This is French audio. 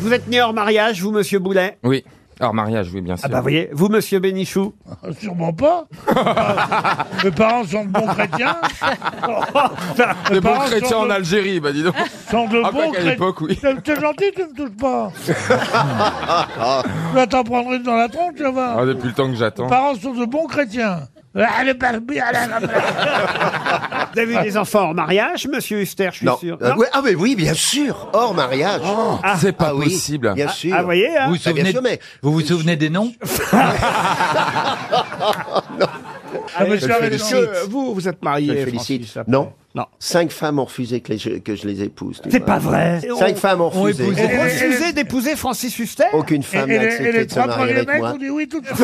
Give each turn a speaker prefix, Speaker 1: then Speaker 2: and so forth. Speaker 1: Vous êtes né hors mariage, vous, monsieur Boulet
Speaker 2: Oui. Alors, mariage, oui, bien sûr.
Speaker 1: Ah bah vous voyez, vous, monsieur Bénichou
Speaker 3: Ah, Sûrement pas. Mes parents sont de bons chrétiens. Mes
Speaker 2: Les bons
Speaker 3: parents
Speaker 2: chrétiens
Speaker 3: sont
Speaker 2: en
Speaker 3: de-
Speaker 2: Algérie, bah dis donc.
Speaker 3: Sont de
Speaker 2: Ah, quoi
Speaker 3: bons
Speaker 2: qu'à
Speaker 3: chrétiens.
Speaker 2: l'époque, oui.
Speaker 3: T'es- T'es gentil, tu me touches pas. Là, t'en prendrais dans la tronche, tu
Speaker 2: Ah,
Speaker 3: vas.
Speaker 2: depuis le temps que j'attends.
Speaker 3: Mes parents sont de bons chrétiens. Ah, Allez, barbi, allez, allez, allez.
Speaker 4: Ah,
Speaker 1: Vous avez eu des enfants hors mariage, monsieur Huster, je suis
Speaker 4: Non.
Speaker 1: sûr.
Speaker 4: Euh, ouais, ah mais oui, bien sûr, hors mariage.
Speaker 2: C'est pas
Speaker 4: Ah oui,
Speaker 2: possible.
Speaker 4: Bien sûr.
Speaker 1: Ah, vous voyez, hein
Speaker 5: Vous vous
Speaker 4: Bah, bien
Speaker 5: souvenez,
Speaker 4: sûr, mais-
Speaker 5: vous vous souvenez des noms
Speaker 3: Ah, mais ça, mais
Speaker 4: félicite.
Speaker 3: non.
Speaker 6: Euh, vous, vous êtes
Speaker 4: Je
Speaker 6: marié.
Speaker 4: le félicite.
Speaker 6: Francis, après.
Speaker 4: Non.
Speaker 6: Non.
Speaker 4: Cinq femmes ont refusé que, les- je- que je les épouse. tu
Speaker 1: C'est
Speaker 4: vois.
Speaker 1: pas vrai.
Speaker 4: Cinq femmes ont
Speaker 5: on
Speaker 4: refusé.
Speaker 5: épouse-
Speaker 1: Vous refusez d'épouser Francis Huster
Speaker 4: Aucune
Speaker 3: Et, et
Speaker 4: femme n'a
Speaker 3: les, et
Speaker 4: accepté
Speaker 3: les
Speaker 4: de se
Speaker 3: trois premiers
Speaker 4: marier avec
Speaker 3: mecs
Speaker 4: moi.
Speaker 3: ont dit oui tout de suite.